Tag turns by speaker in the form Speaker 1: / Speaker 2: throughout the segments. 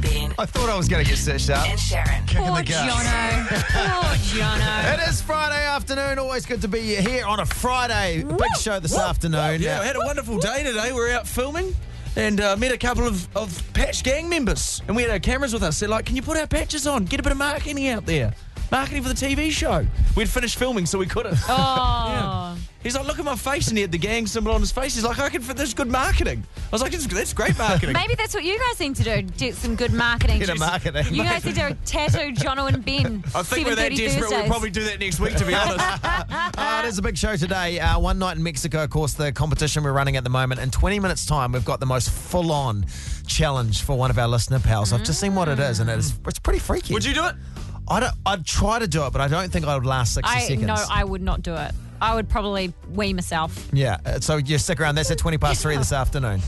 Speaker 1: Ben
Speaker 2: I thought I was going to get stitched up.
Speaker 1: and Sharon.
Speaker 2: Kicking
Speaker 3: Poor
Speaker 2: the guts.
Speaker 3: Jono. Poor Jono.
Speaker 2: It is Friday afternoon. Always good to be here on a Friday. Big show this afternoon.
Speaker 4: Yeah, I had a wonderful day today. We were out filming and uh, met a couple of, of patch gang members. And we had our cameras with us. They're like, can you put our patches on? Get a bit of marketing out there. Marketing for the TV show. We'd finished filming, so we couldn't.
Speaker 3: Oh.
Speaker 4: He's like, look at my face. And he had the gang symbol on his face. He's like, I can fit this good marketing. I was like, that's, that's great marketing.
Speaker 3: Maybe that's what you guys need to do. Do some good marketing.
Speaker 2: Get a marketing.
Speaker 3: You guys need to tattoo Jono and Ben.
Speaker 4: I think we're that
Speaker 3: 7:30
Speaker 4: desperate, we'll
Speaker 3: Thursdays.
Speaker 4: probably do that next week, to be honest.
Speaker 2: Uh, it is a big show today. Uh, one night in Mexico, of course, the competition we're running at the moment. In 20 minutes' time, we've got the most full on challenge for one of our listener pals. I've just seen what it is, and it is, it's pretty freaky.
Speaker 4: Would you do it?
Speaker 2: I don't, I'd try to do it, but I don't think I would last 60
Speaker 3: I
Speaker 2: seconds.
Speaker 3: no, I would not do it. I would probably wee myself.
Speaker 2: yeah, uh, so you stick around. That's at 20 past 3 this afternoon.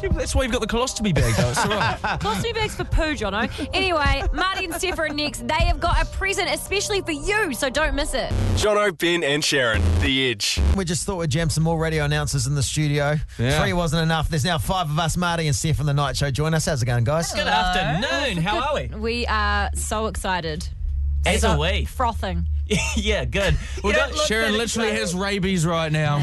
Speaker 4: Yeah, that's why you've got the colostomy bag, though. It's all right.
Speaker 3: Colostomy bags for poo, Jono. Anyway, Marty and Steph are next. They have got a present especially for you, so don't miss it.
Speaker 5: Jono, Ben, and Sharon, The Edge.
Speaker 2: We just thought we'd jam some more radio announcers in the studio.
Speaker 4: Yeah.
Speaker 2: Three wasn't enough. There's now five of us, Marty and Steph from the night show. Join us. How's it going, guys?
Speaker 6: Good afternoon. How are we?
Speaker 3: We are so excited.
Speaker 6: As are we.
Speaker 3: Frothing.
Speaker 6: uh, yeah, good. We've got
Speaker 4: Sharon literally has rabies right now.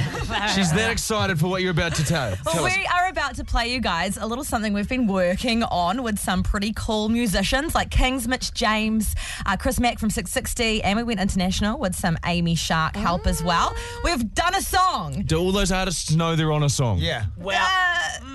Speaker 4: She's that excited for what you're about to tell.
Speaker 7: Well,
Speaker 4: tell us.
Speaker 7: we are about to play you guys a little something we've been working on with some pretty cool musicians like Kings, Mitch James, uh, Chris Mack from 660, and we went international with some Amy Shark help as well.
Speaker 4: Ah.
Speaker 7: We've done a song. Uh,
Speaker 4: Do all those artists know they're on a song?
Speaker 2: Yeah.
Speaker 6: Well,
Speaker 4: Mm.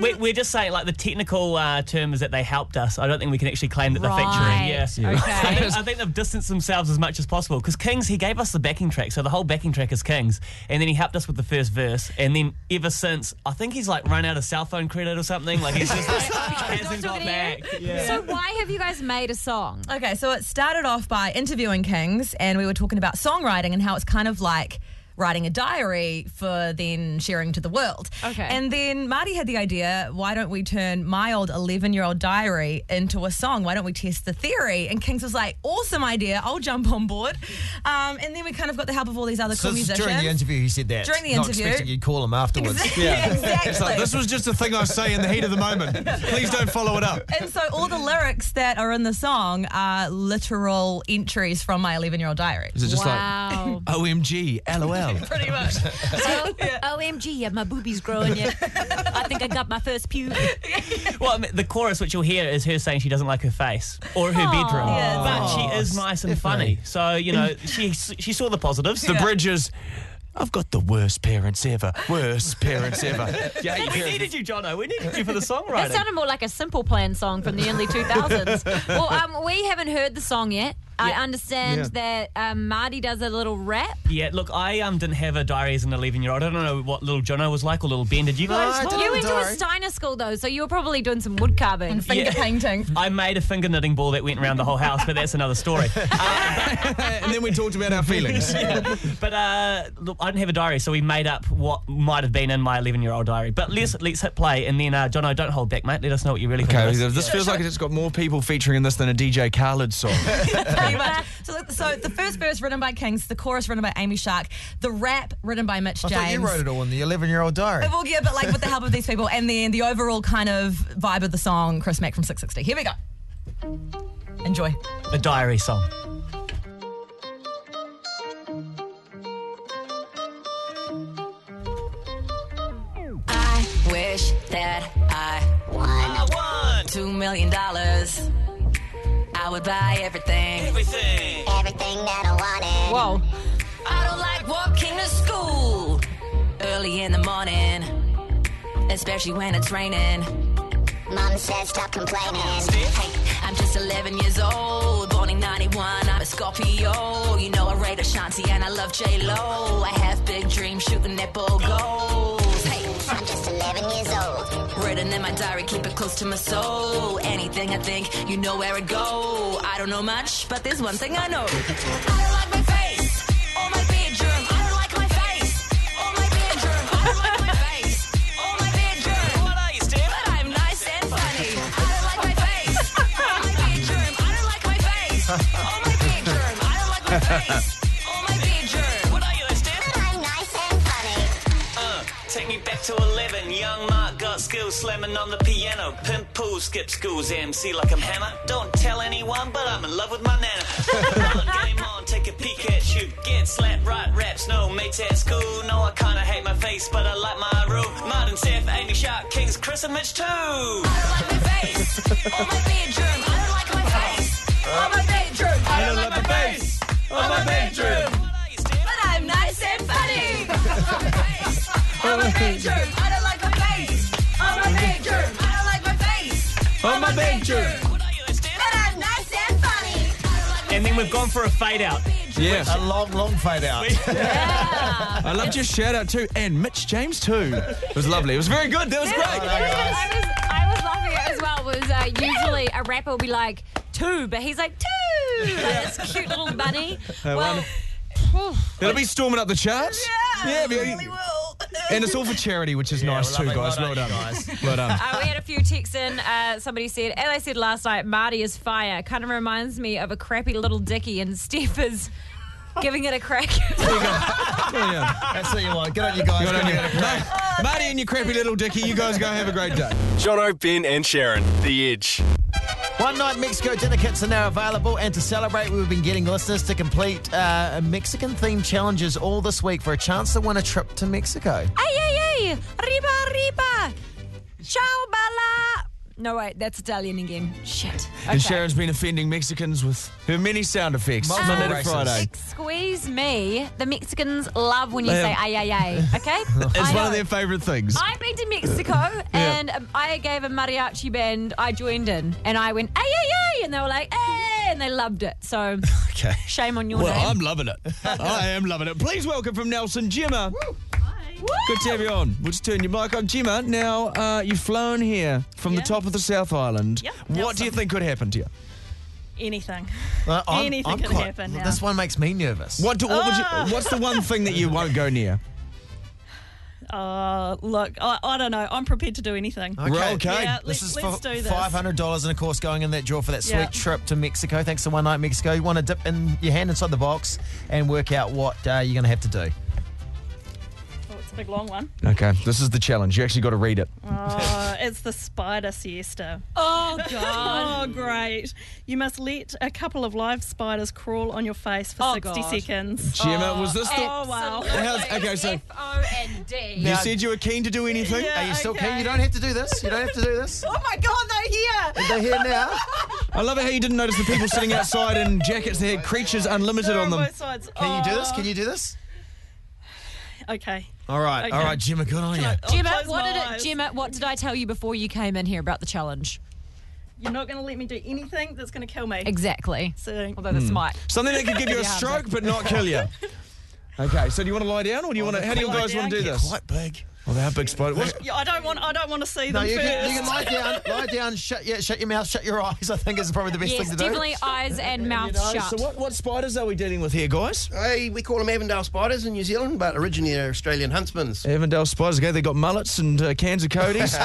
Speaker 6: we, we're just saying, like, the technical uh, term is that they helped us. I don't think we can actually claim that they're
Speaker 3: Right.
Speaker 6: featuring. Yeah. I
Speaker 3: Okay.
Speaker 6: think, I think they've distanced themselves as much as possible because Kings, he gave us the backing track, so the whole backing track is Kings, and then he helped us with the first verse, and then ever since, I think he's like run out of cell phone credit or something. Like he's just like, hasn't
Speaker 3: Still
Speaker 6: got
Speaker 3: gonna
Speaker 6: back.
Speaker 3: hear it?
Speaker 6: Yeah.
Speaker 3: So why have you guys made a song?
Speaker 7: Okay, so it started off by interviewing Kings, and we were talking about songwriting and how it's kind of like writing a diary for then sharing to the world.
Speaker 3: Okay.
Speaker 7: And then Marty had the idea why don't we turn my old 11 year old diary into a song? Why don't we test the theory? And Kings was like, awesome idea, I'll jump on board. Um, and then we kind of got the help of all these other
Speaker 2: So
Speaker 7: cool
Speaker 2: it's
Speaker 7: musicians.
Speaker 2: during the interview, he said that.
Speaker 7: During the
Speaker 2: Not
Speaker 7: interview.
Speaker 2: expecting you'd call him afterwards.
Speaker 7: yeah, exactly.
Speaker 4: It's like, this was just a thing I say in the heat of the moment. Please don't follow it up.
Speaker 7: and so all the lyrics that are in the song are literal entries from my 11 year old diary.
Speaker 4: Is it just
Speaker 3: wow.
Speaker 4: like, OMG, LOL?
Speaker 7: Pretty much.
Speaker 3: oh, OMG, yeah, my boobies growing. Yeah, I think I got my first pube.
Speaker 6: Well, I mean, the chorus, which you'll hear, is her saying she doesn't like her face or her bedroom,
Speaker 7: Yeah.
Speaker 6: but she is nice and funny. So you know, she she saw the positives.
Speaker 4: the bridges. I've got the worst parents ever. Worst parents ever. Yeah, your
Speaker 6: Hey, we
Speaker 4: parents-
Speaker 6: needed you, Jono. We needed you for the
Speaker 3: That
Speaker 6: songwriting.
Speaker 3: sounded more like a Simple Plan song from the early 2000s. well, um, we haven't heard the song yet. I understand that um, Marty does a little rap.
Speaker 6: yeah, look, I um didn't have a diary as an 11 year old. I don't know what little Jono was like or little Ben. Did you guys?
Speaker 2: I didn't.
Speaker 3: You went to a
Speaker 2: Sorry.
Speaker 3: Steiner school though, so you were probably doing some wood carving.
Speaker 7: Finger
Speaker 6: Yeah.
Speaker 7: painting.
Speaker 6: I made a finger knitting ball that went around the whole house, but that's another story. Um,
Speaker 4: and then we talked about our feelings.
Speaker 6: But uh, look, I didn't have a diary, so we made up what might have been in my 11 year old diary. But let's let's hit play, and then uh, Jono, don't hold back, mate. Let us know what you really
Speaker 4: Okay,
Speaker 6: think. of
Speaker 4: this feels like it's got more people featuring in this than a DJ Khaled song.
Speaker 7: pretty much. So, so the first verse written by Kings, the chorus written by Amy Shark, the rap written by Mitch
Speaker 2: I
Speaker 7: James.
Speaker 2: thought you wrote it all in the 11 year old diary.
Speaker 7: Well, yeah, but like with the help of these people, and then the overall kind of vibe of the song, Chris Mack from 660. Here we go. Enjoy.
Speaker 6: this. The diary song.
Speaker 7: I wish that I
Speaker 6: I want
Speaker 7: two million dollars. I would buy everything.
Speaker 6: everything.
Speaker 8: everything that I wanted.
Speaker 3: Whoa.
Speaker 7: I don't like walking to school early in the morning, especially when it's raining.
Speaker 8: Mom says stop complaining.
Speaker 7: Hey, I'm just 11 years old, born in 91. I'm a Scorpio. You know, I rate Ashanti and I love J Lo. I have big dreams shooting at bold goals. Hey,
Speaker 8: I'm just 11 years old.
Speaker 7: written in my diary, keep it close to my soul. Anything I think, you know where it go. I don't know much, but there's one thing I know. I don't like my face or my bedroom. I don't like my face or my bedroom. I don't like my face or my bedroom. What are you, Steve? But I'm nice and funny. I don't like my face or my bedroom. I don't like my face or my bedroom. I don't like my face or my bedroom. What are you, Steve?
Speaker 8: I'm nice and funny.
Speaker 6: Uh, take me back to 11. Young Mark got skills slamming on the piano. Pimp pool, skip schools, MC like I'm hammer. Don't tell anyone, but I'm in love with my nana. Game on, take a peek at you. Get slapped, right raps, no mates at school. No, I kinda hate my face, but I like my rule. Martin, Seth, Amy Sharp, Kings, Chris, and Mitch too.
Speaker 1: I don't like my face or my bedroom. I don't like my face or my bedroom. I don't like my face or my bedroom. But I'm nice and funny. On my bedroom. I don't like my face on my bedroom. I don't like my face
Speaker 4: Oh,
Speaker 1: on my bedroom. But I'm nice and funny.
Speaker 9: And then we've gone for a fade out.
Speaker 4: Yeah.
Speaker 2: A long, long fade out.
Speaker 4: I loved your shout out too, and Mitch James too. It was lovely. It was very good. That was
Speaker 3: Oh
Speaker 4: great.
Speaker 3: I was, I was loving it as well. Was uh, usually a rapper will be like two, but he's like two, like this cute little bunny. Well, oof.
Speaker 4: It'll be storming up the charts. Yeah, but- and it's all for charity, which is nice too, guys. Well done. Well done.
Speaker 3: uh, we had a few texts in. Uh, somebody said, as I said last night, Marty is fire. Kind of reminds me of a crappy little dickie, and Steph is giving it a crack.
Speaker 4: Well done.
Speaker 2: That's what you want. Good on you guys.
Speaker 4: Good on you.
Speaker 2: Good on you.
Speaker 4: Ma- Marty and your crappy little dickie, you guys go have a great day.
Speaker 5: Jono, Ben, and Sharon, The Edge.
Speaker 2: One Night Mexico dinner kits are now available, and to celebrate, we've been getting listeners to complete uh, Mexican themed challenges all this week for a chance to win a trip to Mexico.
Speaker 3: ay, ay, ay. Arriba, arriba. Ciao, bala. No, wait, that's Italian again. Shit.
Speaker 4: And
Speaker 3: Okay.
Speaker 4: Sharon's been offending Mexicans with her many sound effects.
Speaker 2: Multiple
Speaker 4: Monday to
Speaker 2: races.
Speaker 4: Friday.
Speaker 3: Squeeze me. The Mexicans love when you
Speaker 4: They
Speaker 3: say
Speaker 4: have-
Speaker 3: ay, ay, ay. Okay?
Speaker 4: It's
Speaker 3: I
Speaker 4: one of
Speaker 3: know.
Speaker 4: their favourite things.
Speaker 3: I've been to Mexico and um, I gave a mariachi band I joined in and I went, ay, ay, ay. And they were like, ay, and they loved it. So
Speaker 4: Okay.
Speaker 3: shame on your
Speaker 4: Well,
Speaker 3: name.
Speaker 4: I'm loving it. I am loving it. Please welcome from Nelson, Gemma.
Speaker 3: Woo!
Speaker 4: Good to have you on. We'll just turn your mic on. Gemma, now uh, you've flown here from the top of the South Island.
Speaker 10: Yep,
Speaker 4: What do you
Speaker 10: Nelson.
Speaker 4: think could happen to you?
Speaker 10: Anything.
Speaker 2: Uh, I'm-
Speaker 10: Anything
Speaker 2: I'm
Speaker 10: can
Speaker 2: quite-
Speaker 10: happen now.
Speaker 2: This one makes me nervous.
Speaker 4: What, do, what would you? What's the one thing that you won't go near?
Speaker 10: Uh, look, I, I don't know. I'm prepared to do anything.
Speaker 4: Roll, okay.
Speaker 10: Yeah,
Speaker 2: This
Speaker 10: let-
Speaker 2: is
Speaker 10: let's
Speaker 2: for
Speaker 10: do this.
Speaker 2: five hundred dollars, and of course, going in that draw for that sweet
Speaker 10: Yeah.
Speaker 2: trip to Mexico. Thanks to One Night Mexico, you want to dip in your hand inside the box and work out what uh, you're going to have to do.
Speaker 10: Oh, it's a big long one.
Speaker 4: Okay, this is the challenge. You actually got to read it.
Speaker 10: Oh, it's the spider siesta.
Speaker 3: Oh, God.
Speaker 10: Oh, great. You must let a couple of live spiders crawl on your face for
Speaker 3: Oh,
Speaker 10: 60
Speaker 3: God.
Speaker 10: seconds.
Speaker 4: Gemma, was this the?
Speaker 10: Oh, wow.
Speaker 4: How's- okay, so-
Speaker 3: F-O-N-D.
Speaker 4: You said you were keen to do anything.
Speaker 2: Are you still
Speaker 10: okay.
Speaker 2: keen? You don't have to do this. You don't have to do this.
Speaker 10: Oh, my God, they're here.
Speaker 2: They're here now.
Speaker 4: I love it how you didn't notice the people sitting outside in jackets that had creatures unlimited
Speaker 10: They're
Speaker 4: on them.
Speaker 10: both sides. Oh.
Speaker 2: Can you do this? Can you do this?
Speaker 10: Okay.
Speaker 2: All right, all
Speaker 10: Okay.
Speaker 2: right, Gemma. Good on you.
Speaker 10: I'll
Speaker 3: Gemma,
Speaker 10: close
Speaker 3: what
Speaker 10: my
Speaker 3: did it,
Speaker 10: eyes.
Speaker 3: Gemma, what did I tell you before you came in here about the challenge?
Speaker 10: You're not going to let me do anything that's going to kill me.
Speaker 3: Exactly.
Speaker 10: So,
Speaker 3: Although this might.
Speaker 4: Something that could give you a
Speaker 3: Yeah.
Speaker 4: stroke but not kill you. Okay, so do you want to lie down or do you want to? How do you
Speaker 10: Lie
Speaker 4: guys want to
Speaker 10: down.
Speaker 4: do this?
Speaker 2: Quite big.
Speaker 4: Well, they are big spider. What,
Speaker 10: yeah, I don't want. I don't want to see
Speaker 2: No,
Speaker 10: them
Speaker 2: you
Speaker 10: first.
Speaker 2: can, you can lie down, lie down, shut your, shut your mouth, shut your eyes. I think is probably the best
Speaker 3: Yes,
Speaker 2: thing to
Speaker 3: definitely eyes and mouth shut.
Speaker 4: so what, what spiders are we dealing with here, guys?
Speaker 11: Hey, we call them Avondale spiders in New Zealand, but originally they're Australian huntsmans.
Speaker 4: Avondale spiders. Okay, they got mullets and uh, cans of Cody's.
Speaker 2: do.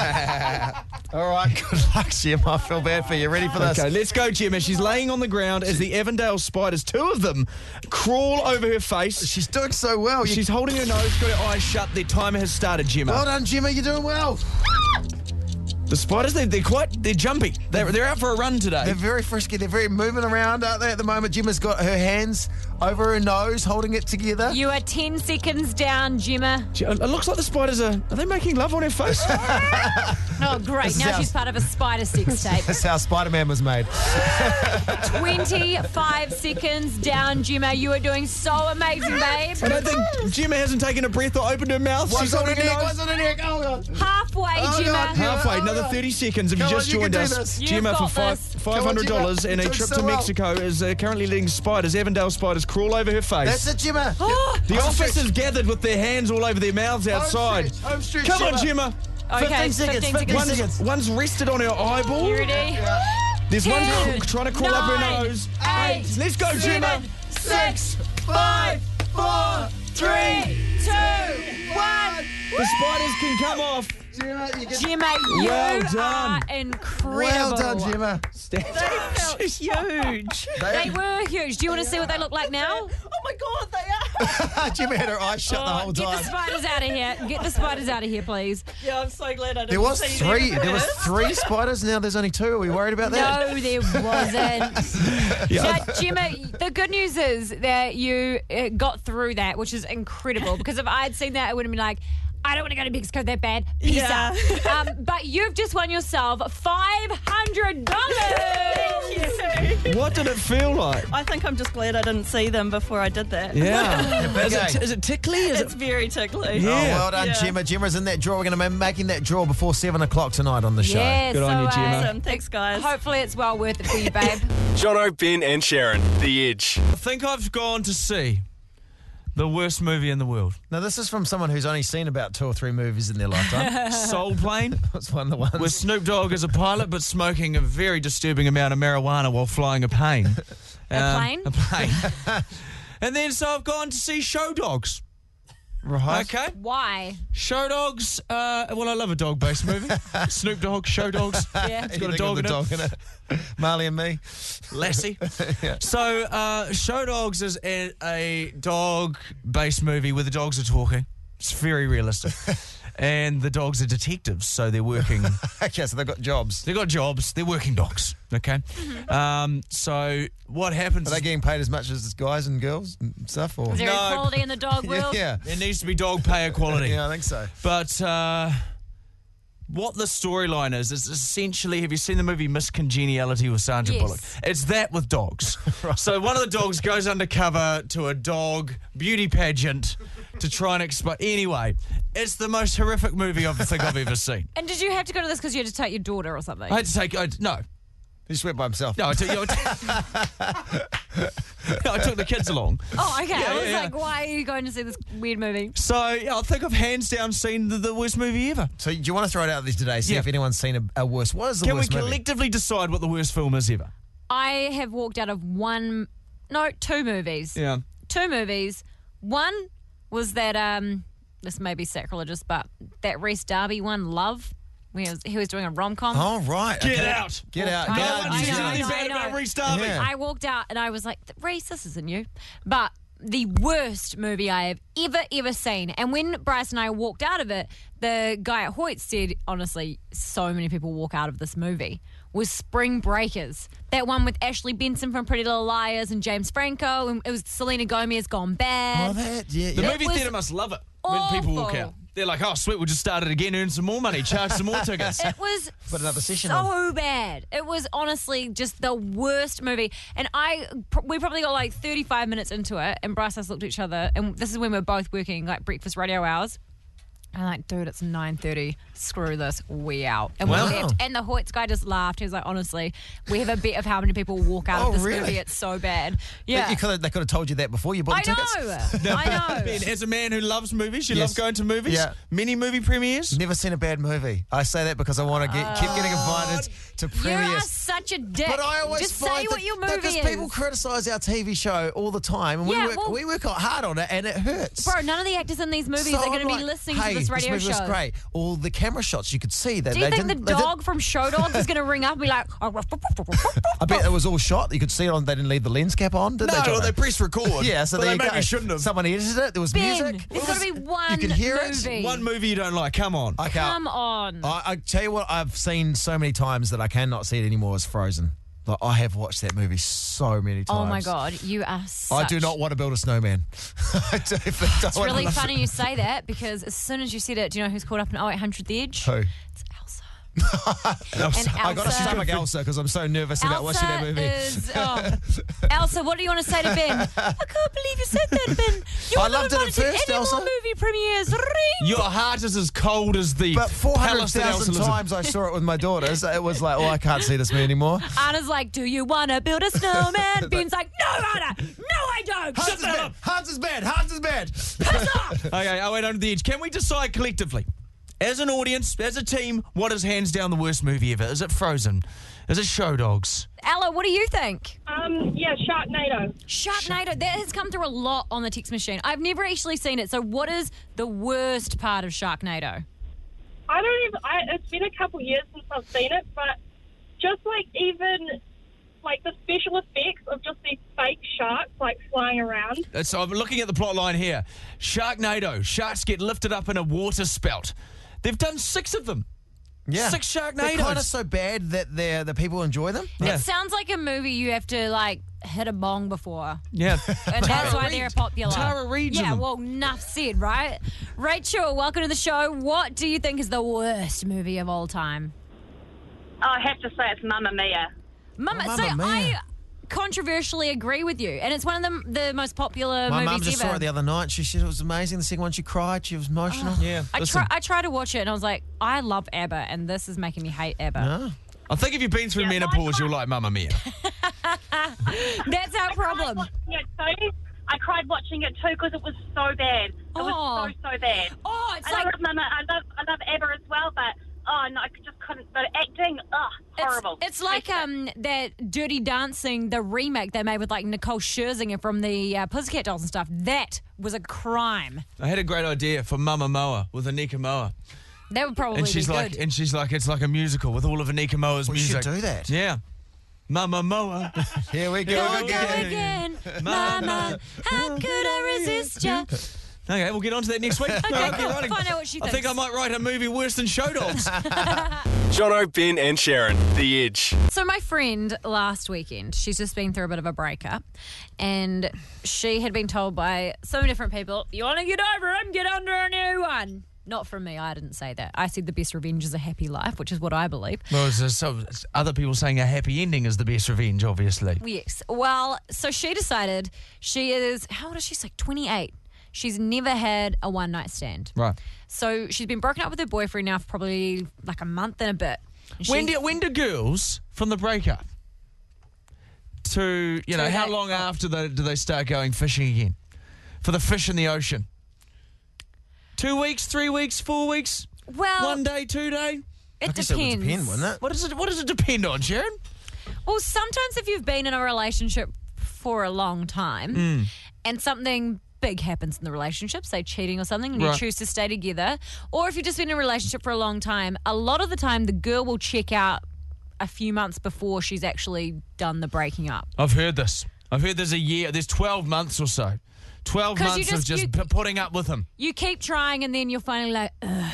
Speaker 2: All right, good luck, Jim. I feel bad for you. Ready for this?
Speaker 4: okay, let's go, Gemma. She's laying on the ground as the Avondale spiders, two of them, crawl over her face.
Speaker 2: She's doing so well. You,
Speaker 4: She's holding her nose, got her eyes shut. The timer has started, Gemma.
Speaker 2: well done, Jimmy. You're doing well.
Speaker 4: The spiders, they, they're quite, they're jumpy. They're, they're out for a run today.
Speaker 2: They're very frisky. They're very moving around, aren't they? At the moment, Gemma's got her hands over her nose, holding it together.
Speaker 3: You are 10 seconds down, Gemma.
Speaker 4: She- It looks like the spiders are, are they making love on her face?
Speaker 3: Oh, great.
Speaker 2: This is
Speaker 3: Now
Speaker 2: our-
Speaker 3: she's part of a spider sex tape.
Speaker 2: That's how Spider-Man was made.
Speaker 3: 25 seconds down, Gemma. You are doing so amazing,
Speaker 4: I
Speaker 3: babe.
Speaker 4: don't think Gemma hasn't taken a breath or opened her mouth.
Speaker 2: One's
Speaker 4: She's
Speaker 2: on her
Speaker 4: holding her
Speaker 2: neck.
Speaker 4: nose.
Speaker 2: One's on her neck. Oh, God.
Speaker 3: Halfway,
Speaker 2: Oh, God,
Speaker 3: Gemma.
Speaker 2: Gemma.
Speaker 4: Halfway,
Speaker 2: Yeah,
Speaker 4: another
Speaker 2: alright.
Speaker 4: 30 seconds. If you
Speaker 2: Come on,
Speaker 4: just
Speaker 2: you can
Speaker 4: joined
Speaker 2: do
Speaker 4: us,
Speaker 2: this.
Speaker 3: You've
Speaker 4: Gemma for
Speaker 3: got
Speaker 4: five,
Speaker 3: this.
Speaker 4: $500
Speaker 2: Come on,
Speaker 4: and
Speaker 2: Gemma.
Speaker 4: a
Speaker 2: You're doing
Speaker 4: trip to
Speaker 2: so well.
Speaker 4: Mexico is uh, currently letting spiders, Avondale spiders, crawl over her face.
Speaker 2: That's it, Gemma.
Speaker 3: Oh,
Speaker 4: the
Speaker 2: Home
Speaker 4: officers
Speaker 2: stretch.
Speaker 4: gathered with their hands all over their mouths
Speaker 2: Oh,
Speaker 4: outside.
Speaker 2: Home stretch, home stretch,
Speaker 4: Come on, Gemma.
Speaker 3: okay,
Speaker 2: 15 seconds,
Speaker 3: 15
Speaker 2: 15
Speaker 3: seconds.
Speaker 4: One's, one's rested on her eyeball.
Speaker 3: You ready?
Speaker 4: There's one
Speaker 3: Ten,
Speaker 4: cr- trying to crawl up her
Speaker 3: nine,
Speaker 4: nose.
Speaker 3: eight,
Speaker 4: Let's go, Gemma.
Speaker 3: seven, six, five, four, three, two, one.
Speaker 4: The spiders can come off.
Speaker 2: Gemma, you get-
Speaker 3: Gemma, you
Speaker 4: Well done.
Speaker 3: are incredible.
Speaker 2: well done, Gemma.
Speaker 10: Huge.
Speaker 2: They-
Speaker 3: They were huge. Do you want to see what they look like now?
Speaker 10: Oh my God, they are.
Speaker 2: Jimmy had her eyes shut the whole
Speaker 3: Oh, get
Speaker 2: time.
Speaker 3: the spiders out of here. Get the spiders out of here, please.
Speaker 12: Yeah, I'm so glad I didn't
Speaker 2: There was
Speaker 12: see
Speaker 2: three.
Speaker 12: them
Speaker 2: There was
Speaker 12: first.
Speaker 2: three spiders. Now there's only two. Are we worried about that?
Speaker 3: No, there wasn't. Now, Gemma, the good news is that you uh, got through that, which is incredible. Because if I had seen that, I would have been like, I don't want to go to Mexico that bad. Peace
Speaker 12: Yeah.
Speaker 3: out. Um, but you've just won yourself $500.
Speaker 4: What did it feel like?
Speaker 13: I think I'm just glad I didn't see them before I did that.
Speaker 4: Yeah. is, it, is it tickly? Is
Speaker 13: it's
Speaker 4: it?
Speaker 13: very tickly.
Speaker 2: Oh, well done, Gemma. Gemma's in that draw. We're going to be making that draw before seven o'clock tonight on the show.
Speaker 3: Yeah, so, uh,
Speaker 10: Um,
Speaker 13: Awesome. Thanks, guys.
Speaker 3: Hopefully, it's well worth it for you, babe.
Speaker 5: Jono, Ben, and Sharon, The Edge.
Speaker 4: I think I've gone to see the worst movie in the world.
Speaker 2: Now, this is from someone who's only seen about two or three movies in their lifetime.
Speaker 4: Soul Plane,
Speaker 2: That's one of the ones.
Speaker 4: with Snoop Dogg as a pilot, but smoking a very disturbing amount of marijuana while flying a plane. Um,
Speaker 3: A plane?
Speaker 4: A plane. and then, so I've gone to see Show Dogs.
Speaker 2: right.
Speaker 4: Okay.
Speaker 3: Why?
Speaker 4: Show Dogs. Uh, well, I love a dog based movie. Snoop Dogg, Show Dogs.
Speaker 3: Yeah.
Speaker 4: It's got a
Speaker 2: Anything
Speaker 4: dog
Speaker 2: with
Speaker 4: in
Speaker 2: the
Speaker 4: it.
Speaker 2: dog in it. Marley and me.
Speaker 4: Lassie. So, uh, Show Dogs is a, a dog based movie where the dogs are talking. It's very realistic. and the dogs are detectives, so they're working.
Speaker 2: Okay, so they've got jobs.
Speaker 4: they've got jobs, they're working dogs. Okay. Um, so, what happens.
Speaker 2: Are they
Speaker 4: is
Speaker 2: getting paid as much as guys and girls and stuff? Or
Speaker 3: Is there
Speaker 4: No.
Speaker 3: equality in the dog
Speaker 2: yeah,
Speaker 3: world?
Speaker 2: yeah,
Speaker 4: there needs to be dog pay equality.
Speaker 2: yeah, I think so.
Speaker 4: But uh, what the storyline is is essentially have you seen the movie Miss Congeniality with Sandra
Speaker 3: Yes.
Speaker 4: Bullock? It's that with dogs. So one of the dogs goes undercover to a dog beauty pageant to try and explain. Anyway, it's the most horrific movie I think I've ever seen.
Speaker 3: And did you have to go to this because you had to take your daughter or something?
Speaker 4: I had to take I, no.
Speaker 2: He just went by himself.
Speaker 4: No, I took, I took- No, I took the kids along.
Speaker 3: Oh, okay. I was
Speaker 4: yeah, yeah.
Speaker 3: like, why are you going to see this weird movie?
Speaker 4: So yeah, I think I've hands down seen the, the worst movie ever.
Speaker 2: So do you want to throw it out there today? See
Speaker 4: Yeah.
Speaker 2: if anyone's seen a, a worse. What is the
Speaker 4: Can we
Speaker 2: worst movie?
Speaker 4: collectively decide what the worst film is ever?
Speaker 3: I have walked out of one, no, two movies.
Speaker 4: Yeah.
Speaker 3: Two movies. One was that, um, this may be sacrilegious, but that Reese Darby one, Love, when he was, he was doing a rom com.
Speaker 2: Oh right.
Speaker 4: Get
Speaker 2: okay.
Speaker 4: out.
Speaker 2: Get out.
Speaker 3: I
Speaker 2: Get
Speaker 3: know,
Speaker 2: out.
Speaker 3: I
Speaker 2: Get out.
Speaker 3: know, I know.
Speaker 2: Yeah.
Speaker 3: I walked out and I was like, Reese, this isn't you. But the worst movie I have ever, ever seen. And when Bryce and I walked out of it, the guy at Hoyt said, honestly, so many people walk out of this movie. Was Spring Breakers. That one with Ashley Benson from Pretty Little Liars and James Franco. And it was Selena Gomez gone bad.
Speaker 2: Oh, that, yeah,
Speaker 4: The
Speaker 2: yeah.
Speaker 3: It
Speaker 4: movie
Speaker 3: was
Speaker 4: theatre must love it when people walk
Speaker 3: awful.
Speaker 4: out. They're like, oh, sweet, we'll just start it again, earn some more money, charge some more tickets.
Speaker 3: It was
Speaker 2: Put another session
Speaker 3: so
Speaker 2: on.
Speaker 3: bad. It was honestly just the worst movie. And I, pr- we probably got like 35 minutes into it, and Bryce and us looked at each other, and this is when we are both working like breakfast radio hours. I'm like, dude, it's 9.30. Screw this. We out. And
Speaker 2: Wow.
Speaker 3: we left. And the Hoyts guy just laughed. He was like, honestly, we have a bet of how many people walk out
Speaker 2: Oh,
Speaker 3: of this
Speaker 2: really?
Speaker 3: movie. It's so bad. Yeah.
Speaker 2: You could have, they could have told you that before you
Speaker 3: I
Speaker 2: bought the tickets.
Speaker 3: know. I know.
Speaker 4: Ben, as a man who loves movies, you
Speaker 2: Yes.
Speaker 4: love going to movies,
Speaker 2: Yeah.
Speaker 4: mini movie premieres.
Speaker 2: Never seen a bad movie. I say that because I want to get, keep getting invited to
Speaker 3: You are
Speaker 2: premieres.
Speaker 3: such a dick.
Speaker 2: But I always
Speaker 3: Oh, just
Speaker 2: find
Speaker 3: say what
Speaker 2: that,
Speaker 3: your
Speaker 2: that
Speaker 3: movie
Speaker 2: because
Speaker 3: is.
Speaker 2: people criticise our TV show all the time, and
Speaker 3: Yeah,
Speaker 2: we work
Speaker 3: well-
Speaker 2: we work hard on it, and it hurts.
Speaker 3: Bro, none of the actors in these movies
Speaker 2: So
Speaker 3: are going
Speaker 2: I'm
Speaker 3: to be
Speaker 2: like,
Speaker 3: listening
Speaker 2: hey,
Speaker 3: to this radio
Speaker 2: movie
Speaker 3: show.
Speaker 2: was great. All the camera shots you could see. That
Speaker 3: Do you
Speaker 2: they
Speaker 3: think the
Speaker 2: didn't- they didn't-
Speaker 3: dog from Show Dogs is going to ring up and be like,
Speaker 2: I bet it was all shot. You could see it on. They didn't leave the lens cap on, did
Speaker 4: No,
Speaker 2: they?
Speaker 4: well,
Speaker 2: Jono?
Speaker 4: they press record.
Speaker 2: yeah, so
Speaker 4: but
Speaker 2: there
Speaker 4: they
Speaker 2: you
Speaker 4: maybe
Speaker 2: go.
Speaker 4: shouldn't have.
Speaker 2: Someone edited it. There was
Speaker 3: Ben,
Speaker 2: music.
Speaker 3: there's got to be one
Speaker 2: You could hear it.
Speaker 3: movie.
Speaker 4: One movie you don't like, come on.
Speaker 2: I can't.
Speaker 3: Come on.
Speaker 2: I, I tell you what, I've seen so many times that I cannot see it anymore. Is Frozen. Like I have watched that movie so many times.
Speaker 3: oh my God, you are such...
Speaker 2: I do not want to build a snowman. I do,
Speaker 3: It's really funny you say that because as soon as you said it, do you know who's called up in 0800 The Edge?
Speaker 2: Who?
Speaker 3: It's Elsa.
Speaker 2: Elsa.
Speaker 3: And
Speaker 2: I got a
Speaker 3: Elsa-
Speaker 2: stomach Elsa because I'm so nervous about watching that
Speaker 3: Elsa
Speaker 2: movie.
Speaker 3: is... Oh. Elsa, what do you want to say to Ben? I can't believe you said that, Ben. You
Speaker 2: I
Speaker 3: are not
Speaker 2: loved it at
Speaker 3: invited to
Speaker 2: first,
Speaker 3: any
Speaker 2: Elsa.
Speaker 3: more movie premieres. Ring.
Speaker 4: Your heart is as cold as the
Speaker 2: But
Speaker 4: palace that Elsa
Speaker 2: 400,000
Speaker 4: lives in.
Speaker 2: times I saw it with my daughters. It was like, oh, I can't see this movie anymore.
Speaker 3: Anna's like, do you want to build a snowman? Ben's like, no, Anna. No, I don't.
Speaker 2: Hans
Speaker 3: Shut
Speaker 2: is
Speaker 3: that
Speaker 2: bad.
Speaker 3: up.
Speaker 2: Hans is bad. Hans is bad.
Speaker 4: Okay, I went under the edge. Can we decide collectively, as an audience, as a team, what is hands down the worst movie ever? Is it Frozen? Is it Show Dogs?
Speaker 3: Ella, what do you think?
Speaker 10: Um, yeah, Sharknado.
Speaker 3: Sharknado. That has come through a lot on the text machine. I've never actually seen it. So, what is the worst part of Sharknado?
Speaker 10: I don't even. I, it's been a couple years since I've seen it, but just like even like the special effects of just these fake sharks like flying around.
Speaker 4: It's, Uh, I'm looking at the plot line here. Sharknado. Sharks get lifted up in a water spout. They've done six of them.
Speaker 2: Yeah.
Speaker 4: Six
Speaker 2: They're
Speaker 4: Sharknadoes.
Speaker 2: kind of so bad that they're, the people enjoy them.
Speaker 4: Yeah.
Speaker 3: It sounds like a movie you have to like hit a bong before.
Speaker 4: yeah.
Speaker 3: And that's why
Speaker 4: Reid.
Speaker 3: they're popular.
Speaker 4: Tara Reid's in
Speaker 3: Yeah,
Speaker 4: them.
Speaker 3: well, enough said, right? Rachel, welcome to the show. What do you think is the worst movie of all time?
Speaker 10: Oh, I have to say it's Mamma Mia.
Speaker 3: Mama,
Speaker 2: Oh,
Speaker 3: so
Speaker 2: Mamma
Speaker 3: I
Speaker 2: Mia.
Speaker 3: controversially agree with you, and it's one of the, the most popular
Speaker 2: My mum
Speaker 3: movies
Speaker 2: just
Speaker 3: ever.
Speaker 2: saw it the other night. She said it was amazing. The second one, she cried. She was emotional.
Speaker 4: Yeah.
Speaker 3: I
Speaker 4: Listen,
Speaker 3: try, I tried to watch it, and I was like, I love ABBA, and this is making me hate ABBA.
Speaker 2: No.
Speaker 4: I think if you've been through menopause, you'll like Mamma Mia.
Speaker 3: That's our problem.
Speaker 10: Yeah, so I cried watching it too because it was so bad. It
Speaker 3: Oh.
Speaker 10: was so so bad.
Speaker 3: Oh, it's
Speaker 10: I
Speaker 3: like
Speaker 10: love Mamma. I love I love Abba as well, but oh no, I just couldn't. The acting, ugh,
Speaker 3: It's-
Speaker 10: horrible.
Speaker 3: It's, like um that Dirty Dancing, the remake they made with like Nicole Scherzinger from the uh, Pussycat Dolls and stuff. That was a crime.
Speaker 4: I had a great idea for Mamma Moa with Anika Moa.
Speaker 3: That would probably
Speaker 4: And she's
Speaker 3: be
Speaker 4: like,
Speaker 3: good.
Speaker 4: and she's like, it's like a musical with all of Anika Moa's
Speaker 2: We should
Speaker 4: music.
Speaker 2: do that.
Speaker 4: Yeah. Mamma Moa.
Speaker 2: Here we go
Speaker 3: Don't go
Speaker 2: again.
Speaker 3: again, Mama. How could I resist you?
Speaker 4: Okay, we'll get on to that next week. okay,
Speaker 3: cool. Find out what she
Speaker 4: I think
Speaker 3: thinks.
Speaker 4: I might write a movie worse than Show Dogs.
Speaker 5: Jono, Ben, and Sharon, The Edge.
Speaker 3: So my friend last weekend, she's just been through a bit of a breakup, and she had been told by so many different people, "You want to get over him, get under a new one." Not from me. I didn't say that. I said the best revenge is a happy life, which is what I believe.
Speaker 4: well, it's, uh, so it's other people saying a happy ending is the best revenge, obviously.
Speaker 3: Yes. Well, so she decided she is, how old is she? She's like 28. She's never had a one night stand.
Speaker 4: Right.
Speaker 3: So she's been broken up with her boyfriend now for probably like a month and a bit. And she-
Speaker 4: when do when do girls from the breakup to you know
Speaker 3: To oh.
Speaker 4: how
Speaker 3: that-
Speaker 4: long after they, do they start going fishing again for the fish in the ocean? Two weeks, three weeks, four weeks,
Speaker 3: well,
Speaker 4: one day, two day.
Speaker 3: it
Speaker 2: guess
Speaker 3: depends.
Speaker 2: it would depend, wouldn't it?
Speaker 4: What does it What does it depend on, Sharon?
Speaker 3: Well, sometimes if you've been in a relationship for a long time and something big happens in the relationship, say cheating or something, and you
Speaker 4: Right.
Speaker 3: choose to stay together, or if you've just been in a relationship for a long time, a lot of the time the girl will check out a few months before she's actually done the breaking up.
Speaker 4: I've heard this. I've heard there's a year, there's twelve months or so, twelve
Speaker 3: 'Cause you
Speaker 4: months of
Speaker 3: just-
Speaker 4: just
Speaker 3: you-
Speaker 4: p- putting up with him.
Speaker 3: You keep trying, and then you're finally like, Ugh.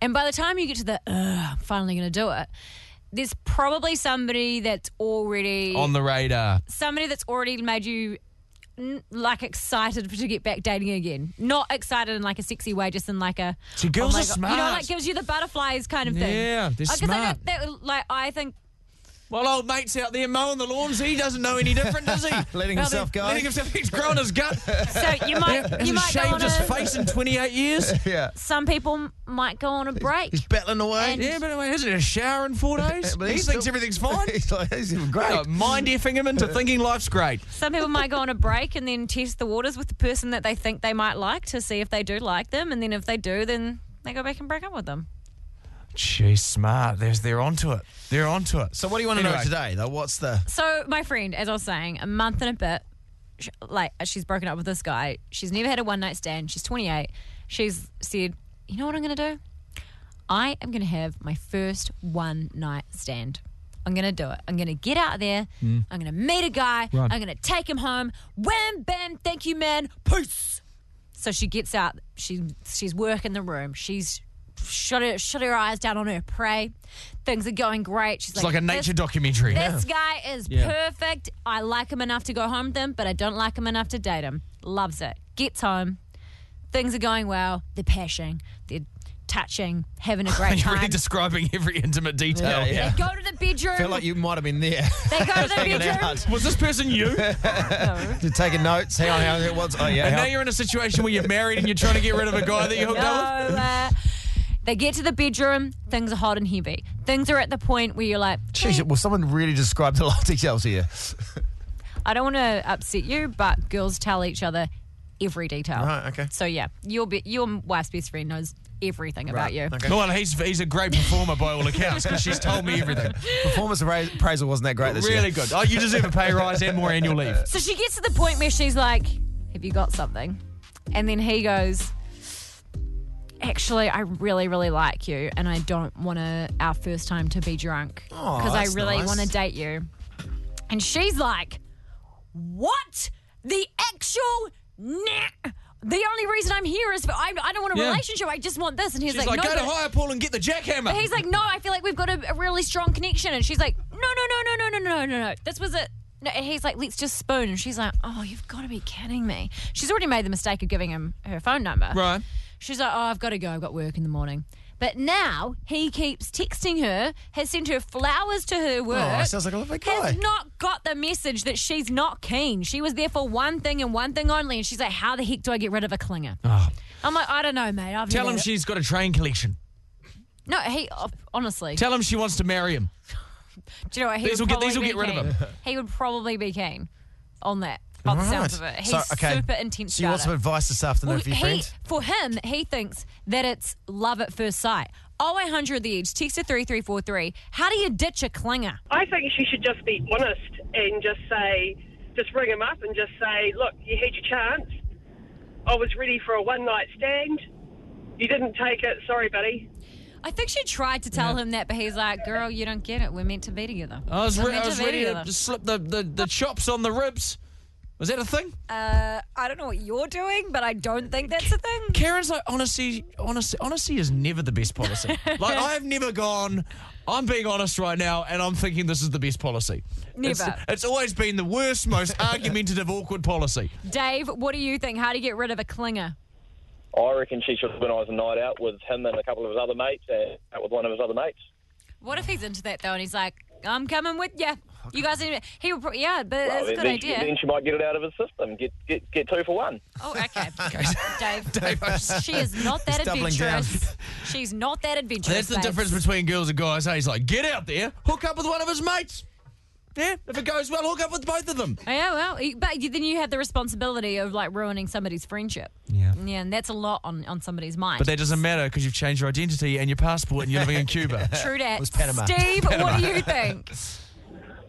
Speaker 3: and by the time you get to the, Ugh, I'm finally going to do it. There's probably somebody that's already
Speaker 4: On the radar.
Speaker 3: somebody that's already made you n- like excited to get back dating again. Not excited in like a sexy way, just in like a.
Speaker 4: See, girls
Speaker 3: Oh my
Speaker 4: are
Speaker 3: God. You know,
Speaker 4: smart.
Speaker 3: like gives you the butterflies kind of thing.
Speaker 4: Yeah, they're
Speaker 3: Like, 'cause I
Speaker 4: smart.
Speaker 3: don't- that- like I think
Speaker 4: Well, old mate's out there mowing the lawns. He doesn't know any different, does he?
Speaker 2: Letting
Speaker 4: Out
Speaker 2: himself
Speaker 4: there
Speaker 2: go.
Speaker 4: Letting himself. He's growing his gut.
Speaker 3: so. You might you
Speaker 4: Hasn't
Speaker 3: might go
Speaker 4: shaved
Speaker 3: on
Speaker 4: his
Speaker 3: a,
Speaker 4: face in 28 years.
Speaker 2: Yeah.
Speaker 3: some people m- might go on a break.
Speaker 2: He's battling away.
Speaker 3: And-
Speaker 4: yeah, but anyway, hasn't had a shower in four days?
Speaker 2: But
Speaker 4: he
Speaker 2: he's
Speaker 4: thinks
Speaker 2: still-
Speaker 4: everything's fine.
Speaker 2: he's like, "Mm." he's doing great.
Speaker 4: Uh, mind effing him into thinking life's great.
Speaker 3: Some people might go on a break and then test the waters with the person that they think they might like to see if they do like them, and then if they do, then they go back and break up with them.
Speaker 4: She's smart. There's, they're onto it. They're onto it.
Speaker 2: so what do you want to know
Speaker 4: Anyway.
Speaker 2: today, though? What's the...
Speaker 3: So my friend, as I was saying, a month and a bit, sh like she's broken up with this guy. She's never had a one night stand. She's 28. She's said, you know what I'm going to do? I am going to have my first one night stand. I'm going to do it. I'm going to get out there. I'm going to meet a guy.
Speaker 4: Mm. Right.
Speaker 3: I'm going to take him home. Wham, bam, thank you, man. Peace. So she gets out. She she's working the room. She's shut her shut her eyes down on her prey. Things are going great. She's
Speaker 4: It's like a
Speaker 3: "This-
Speaker 4: nature documentary.
Speaker 3: this guy is
Speaker 4: Yeah.
Speaker 3: perfect. I like him enough to go home with him, but I don't like him enough to date him. Loves it. Gets home. Things are going well. They're pashing. They're touching. Having a great
Speaker 4: You're
Speaker 3: time.
Speaker 4: really describing every intimate detail.
Speaker 2: Yeah,
Speaker 3: they go to the bedroom.
Speaker 2: feel like you might have been there.
Speaker 3: they go to the bedroom.
Speaker 2: out.
Speaker 4: Was this person you? and
Speaker 2: You're taking notes. Hang on, hang on. It was... Oh, yeah.
Speaker 4: now
Speaker 2: hang on.
Speaker 4: you're in a situation where you're married and you're trying to get rid of a guy that you hooked
Speaker 3: No,
Speaker 4: up with?
Speaker 3: uh, they get to the bedroom. Things are hot and heavy. Things are at the point where you're like,
Speaker 2: Jeez, well, someone really described a lot of details here.
Speaker 3: I don't want to upset you, but girls tell each other every detail.
Speaker 2: Right, okay.
Speaker 3: So yeah, your be- your wife's best friend knows everything about you.
Speaker 2: okay.
Speaker 4: No, well, he's, he's a great performer by all accounts because she's told me everything.
Speaker 2: Performance appra- appraisal wasn't that great this year.
Speaker 4: Really good. Oh, you deserve a pay rise and more annual leave.
Speaker 3: So she gets to the point where she's like, Have you got something? And then he goes, Actually, I really, really like you, and I don't want to our first time to be drunk
Speaker 2: Aw,
Speaker 3: because I
Speaker 2: that's
Speaker 3: really
Speaker 2: nice.
Speaker 3: want to date you. And she's like, What? The actual nah. The only reason I'm here is for, I, I don't want a
Speaker 4: Yeah.
Speaker 3: relationship. I just want this. And he's
Speaker 4: She's
Speaker 3: like,
Speaker 4: like,
Speaker 3: No,
Speaker 4: go to
Speaker 3: but-
Speaker 4: higher pool and get the jackhammer.
Speaker 3: but he's like, no, I feel like we've got a, a really strong connection. And she's like, no, no, no, no, no, no, no, no, no. This was it. No, and he's like, let's just spoon. And she's like, oh, you've got to be kidding me. She's already made the mistake of giving him her phone number.
Speaker 4: Right.
Speaker 3: She's like, oh, I've got to go. I've got work in the morning. But now he keeps texting her, has sent her flowers to her work.
Speaker 2: Oh, sounds like a lovely guy.
Speaker 3: Has not got the message that she's not keen. She was there for one thing and one thing only. And she's like, how the heck do I get rid of a clinger?
Speaker 2: Ah.
Speaker 4: Oh,
Speaker 3: I'm like, I don't know, mate. I've
Speaker 4: tell
Speaker 3: had
Speaker 4: him
Speaker 3: it."
Speaker 4: she's got a train collection.
Speaker 3: No, he, oh, honestly.
Speaker 4: Tell him she wants to marry him.
Speaker 3: Do you know what? He
Speaker 4: These
Speaker 3: would
Speaker 4: will get- these
Speaker 3: probably
Speaker 4: will
Speaker 3: be
Speaker 4: get rid of
Speaker 3: keen.
Speaker 4: him.
Speaker 3: He would probably be keen on that. By the
Speaker 2: Right.
Speaker 3: sounds of it, he's
Speaker 2: So, okay.
Speaker 3: super intense.
Speaker 2: So you want
Speaker 3: about
Speaker 2: some
Speaker 3: it.
Speaker 2: advice this afternoon
Speaker 3: Well,
Speaker 2: for your
Speaker 3: he-
Speaker 2: friends?
Speaker 3: For him, he thinks that it's love at first sight. 0800 The Edge, text to 3343. How do you ditch a clinger?
Speaker 12: I think she should just be honest and just say, just ring him up and just say, look, you had your chance. I was ready for a one night stand. You didn't take it. Sorry, buddy.
Speaker 3: I think she tried to tell him that, but he's like, girl, you don't get it. We're meant to be together.
Speaker 4: I was,
Speaker 3: We're
Speaker 4: re-
Speaker 3: meant
Speaker 4: I was
Speaker 3: be
Speaker 4: ready to
Speaker 3: together."
Speaker 4: just slip the, the, the chops on the ribs. Was that a thing?
Speaker 3: Uh, I don't know what you're doing, but I don't think that's a thing.
Speaker 4: Karen's like, honesty, honesty, honesty is never the best policy. like, I've never gone, I'm being honest right now, and I'm thinking this is the best policy. It's-
Speaker 3: Never.
Speaker 4: It's, always been the worst, most argumentative, awkward policy.
Speaker 3: Dave, what do you think? How do you get rid of a clinger?
Speaker 14: I reckon she should organise a night out with him and a couple of his other mates, and out with one of his other mates.
Speaker 3: What if he's into that though, and he's like, "I'm coming with you. You guys, need to-" he would. Pro- yeah, but
Speaker 14: Well,
Speaker 3: that's a
Speaker 14: Oh, then,
Speaker 3: good
Speaker 14: then she-
Speaker 3: idea.
Speaker 14: then she might get it out of his system. Get get, get two for one.
Speaker 3: Oh, okay, Dave. She is not that
Speaker 4: He's doubling down.
Speaker 3: adventurous. She's not that adventurous.
Speaker 4: That's the
Speaker 3: babes.
Speaker 4: difference between girls and guys. Hey, he's like, get out there, hook up with one of his mates. Yeah, if it goes well, hook up with both of them.
Speaker 3: Oh, yeah, well, you- but you- then you have the responsibility of like ruining somebody's friendship.
Speaker 4: Yeah.
Speaker 3: Yeah, and that's a lot on, on somebody's mind.
Speaker 4: But that doesn't matter because you've changed your identity and your passport and you're living in Cuba.
Speaker 3: True that. Steve, what do you think?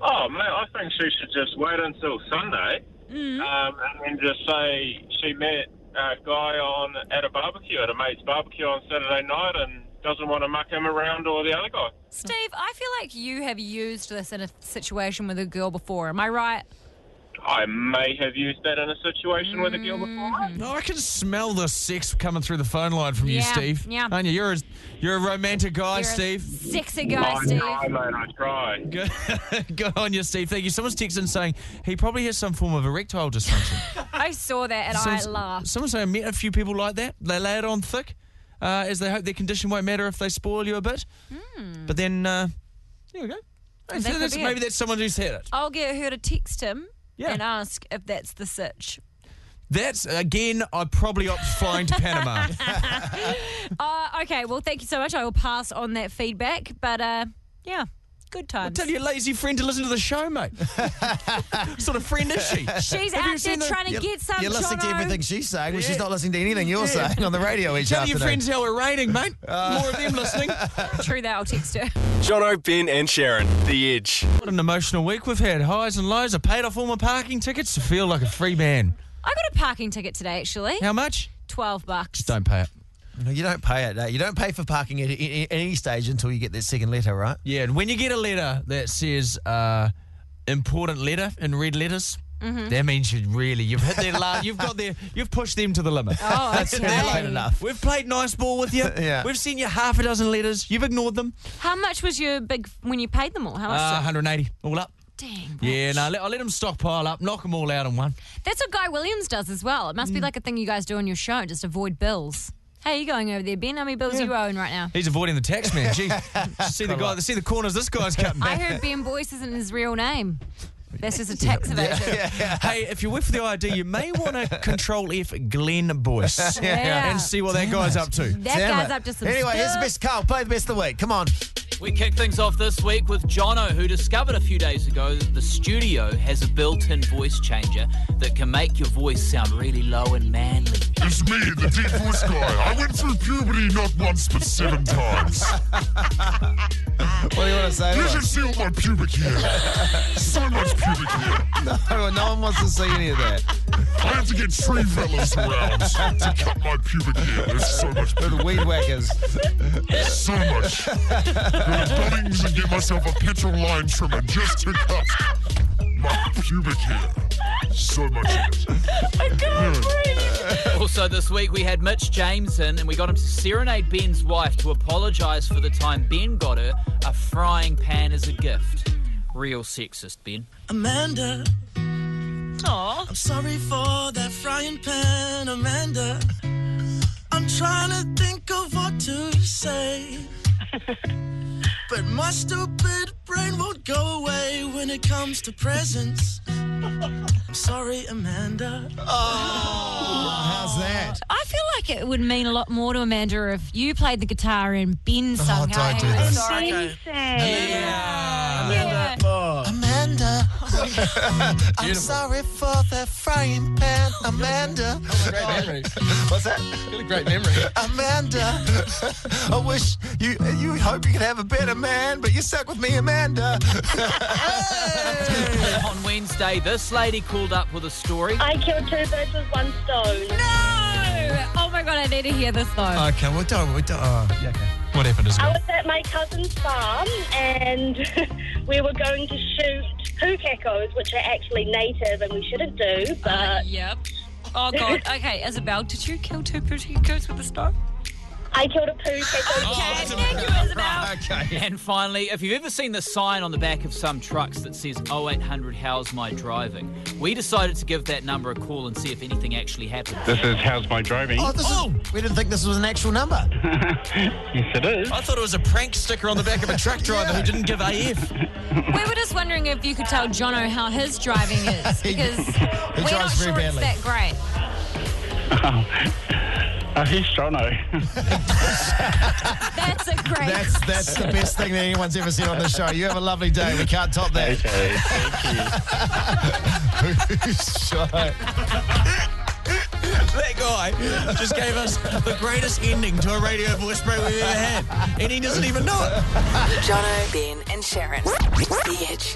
Speaker 15: Oh man, I think she should just wait until Sunday,
Speaker 14: Mm.
Speaker 15: um, and then just say she met a guy on at a barbecue at a mate's barbecue on Saturday night, and doesn't want to muck him around or the other guy.
Speaker 3: Steve, I feel like you have used this in a situation with a girl before. Am I right?
Speaker 15: I may have used that in a situation with a girl before.
Speaker 2: Mm-hmm.
Speaker 4: No, I can smell the sex coming through the phone line from you,
Speaker 15: Yeah,
Speaker 4: Steve.
Speaker 15: yeah.
Speaker 4: Aren't you? You're a, you're a romantic guy,
Speaker 15: You're a
Speaker 4: Steve.
Speaker 3: sexy
Speaker 15: I try, mate, I try.
Speaker 4: Good, good on you, Steve. Thank you. Someone's texting saying he probably has some form of erectile dysfunction.
Speaker 3: I saw that and I
Speaker 4: Someone's-
Speaker 3: laughed.
Speaker 4: Someone's saying I met a few people like that. They lay it on thick uh, as they hope their condition won't matter if they spoil you a bit. But then, uh, there we go.
Speaker 3: Hmm. Oh, That
Speaker 4: So
Speaker 3: could
Speaker 4: that's-
Speaker 3: be
Speaker 4: maybe
Speaker 3: it.
Speaker 4: that's someone who's had it.
Speaker 3: I'll get her to text him and ask if that's the sitch.
Speaker 4: That's, again, I probably opt for flying to Panama.
Speaker 3: Uh, okay, well, thank you so much. I will pass on that feedback. But uh, yeah, good
Speaker 4: I'll
Speaker 3: times.
Speaker 4: tell your lazy friend to listen to the show, mate. What sort of friend is she?
Speaker 3: She's
Speaker 4: uh, Have you
Speaker 3: out
Speaker 4: seen
Speaker 3: there
Speaker 4: the-
Speaker 3: trying to
Speaker 2: You're-
Speaker 3: get some.
Speaker 2: You're listening to
Speaker 3: Jono.
Speaker 2: everything she's saying, when she's
Speaker 4: Yeah.
Speaker 2: not listening to anything you're
Speaker 4: Yeah.
Speaker 2: saying on the radio each
Speaker 4: Tell
Speaker 2: afternoon.
Speaker 4: your friends how we're rating, mate.
Speaker 2: Uh.
Speaker 4: More of them listening.
Speaker 3: True that. I'll text her.
Speaker 5: Jono, Ben, and Sharon, The Edge.
Speaker 4: What an emotional week we've had. Highs and lows. I paid off all my parking tickets to feel like a free man.
Speaker 3: I got a parking ticket today, actually.
Speaker 4: How much?
Speaker 3: Twelve bucks.
Speaker 4: Just don't pay it.
Speaker 2: No, you don't pay it. No. You don't pay for parking at, a- at any stage until you get that second letter, right?
Speaker 4: Yeah, and when you get a letter that says uh, important letter in red letters,
Speaker 2: Mhm.
Speaker 4: that means you really you've hit their la- you've got their you've pushed them to the limit.
Speaker 2: Oh,
Speaker 4: That's when they're
Speaker 2: okay.
Speaker 4: like,
Speaker 2: Enough.
Speaker 4: We've played nice ball with you.
Speaker 2: Yeah.
Speaker 4: We've sent you half a dozen letters. You've ignored them.
Speaker 3: How much was your big when you paid them all? How much?
Speaker 4: Uh,
Speaker 3: was it?
Speaker 4: 180 all up.
Speaker 3: Dang.
Speaker 4: Yeah, no, let, I'll let them stockpile up, knock them all out in one.
Speaker 3: That's what Guy Williams does as well. It must
Speaker 4: Mm.
Speaker 3: be like a thing you guys do on your show. Just avoid bills. How are you going over there, Ben? How many bills are you owing right now?
Speaker 4: He's avoiding the tax man. Gee, see the guy, see the corners this guy's cutting.
Speaker 3: I heard Ben Boyce isn't his real name. That's just a tax evasion.
Speaker 4: Hey, if you're with the ID, you may want to control F Glenn Boyce
Speaker 3: Yeah.
Speaker 4: and see what that guy's up to.
Speaker 3: That
Speaker 2: Damn
Speaker 3: guy's
Speaker 2: it.
Speaker 3: up to some
Speaker 2: Anyway, here's the
Speaker 3: stuff.
Speaker 2: best. Carl, play the best of the week. Come on.
Speaker 16: We kick things off this week with Jono, who discovered a few days ago that the studio has a built in voice changer that can make your voice sound really low and manly.
Speaker 17: It's me, the deep voice guy. I went through puberty not once but seven times.
Speaker 2: What do you want to say?
Speaker 17: You
Speaker 2: to
Speaker 17: should
Speaker 2: us?
Speaker 17: see all my pubic hair. So much pubic hair.
Speaker 2: No, no one wants to see any of that.
Speaker 17: I have to get tree fellas around to cut my pubic hair. There's so much
Speaker 2: Little weed whackers.
Speaker 17: So much. Go to Bunnings and get myself a petrol line trimmer just to cut
Speaker 18: my pubic hair. So much of it. I can't
Speaker 4: Also, this week we had Mitch James in and we got him to serenade Ben's wife to apologise for the time Ben got her a frying pan as a gift. Real sexist, Ben.
Speaker 19: Amanda. I'm sorry for that frying pan, Amanda. I'm trying to think of what to say. but my stupid brain won't go away when it comes to presents. I'm sorry, Amanda.
Speaker 2: How's that?
Speaker 3: I feel like it would mean a lot more to Amanda if you played the guitar and Ben sung.
Speaker 2: Oh, don't
Speaker 3: "Hey,
Speaker 2: do
Speaker 3: I'm
Speaker 2: this."
Speaker 3: sorry."
Speaker 19: Amanda. Amanda. I'm
Speaker 2: Beautiful.
Speaker 19: sorry for that frying pan, Amanda.
Speaker 2: Great memory. What's that? Really great memory.
Speaker 19: Amanda.
Speaker 2: I wish you you hope you could have a better man, but you're stuck with me, Amanda.
Speaker 4: On Wednesday, this lady called up with a story.
Speaker 10: I killed two birds with one stone.
Speaker 3: No! Oh my god, I need to hear this though.
Speaker 2: okay, well don't we don't. Oh, yeah, okay. What happened as
Speaker 10: I was at my cousin's farm and we were going to shoot poo geckos, which are actually native and we shouldn't do, but.
Speaker 3: Uh, yep. Oh god. Okay, Isabel, did you kill two pretty goats with a stone?
Speaker 10: I killed a
Speaker 2: Oh,
Speaker 10: poo gecko.
Speaker 20: Oh,
Speaker 3: Okay, thank you, Isabel.
Speaker 4: And finally, if you've ever seen the sign on the back of some trucks that says 0800 How's My Driving, we decided to give that number a call and see if anything actually happened.
Speaker 20: This is How's My Driving.
Speaker 2: Oh, this is, we didn't think this was an actual number.
Speaker 20: yes, it is.
Speaker 6: I thought it was a prank sticker on the back of a truck driver who didn't give AF.
Speaker 3: We were just wondering if you could tell Jono how his driving is because
Speaker 2: He
Speaker 3: we're not
Speaker 2: drives very
Speaker 3: sure it's
Speaker 2: badly.
Speaker 3: that great.
Speaker 20: Oh, he's Jono.
Speaker 3: That's a great.
Speaker 2: That's that's the best thing that anyone's ever said on the show. You have a lovely day. We can't top that.
Speaker 20: Okay, thank you.
Speaker 2: Show.
Speaker 6: That guy just gave us the greatest ending to a radio voice break we've ever had, and he doesn't even know it.
Speaker 1: Jono, Ben, and Sharon. The Edge.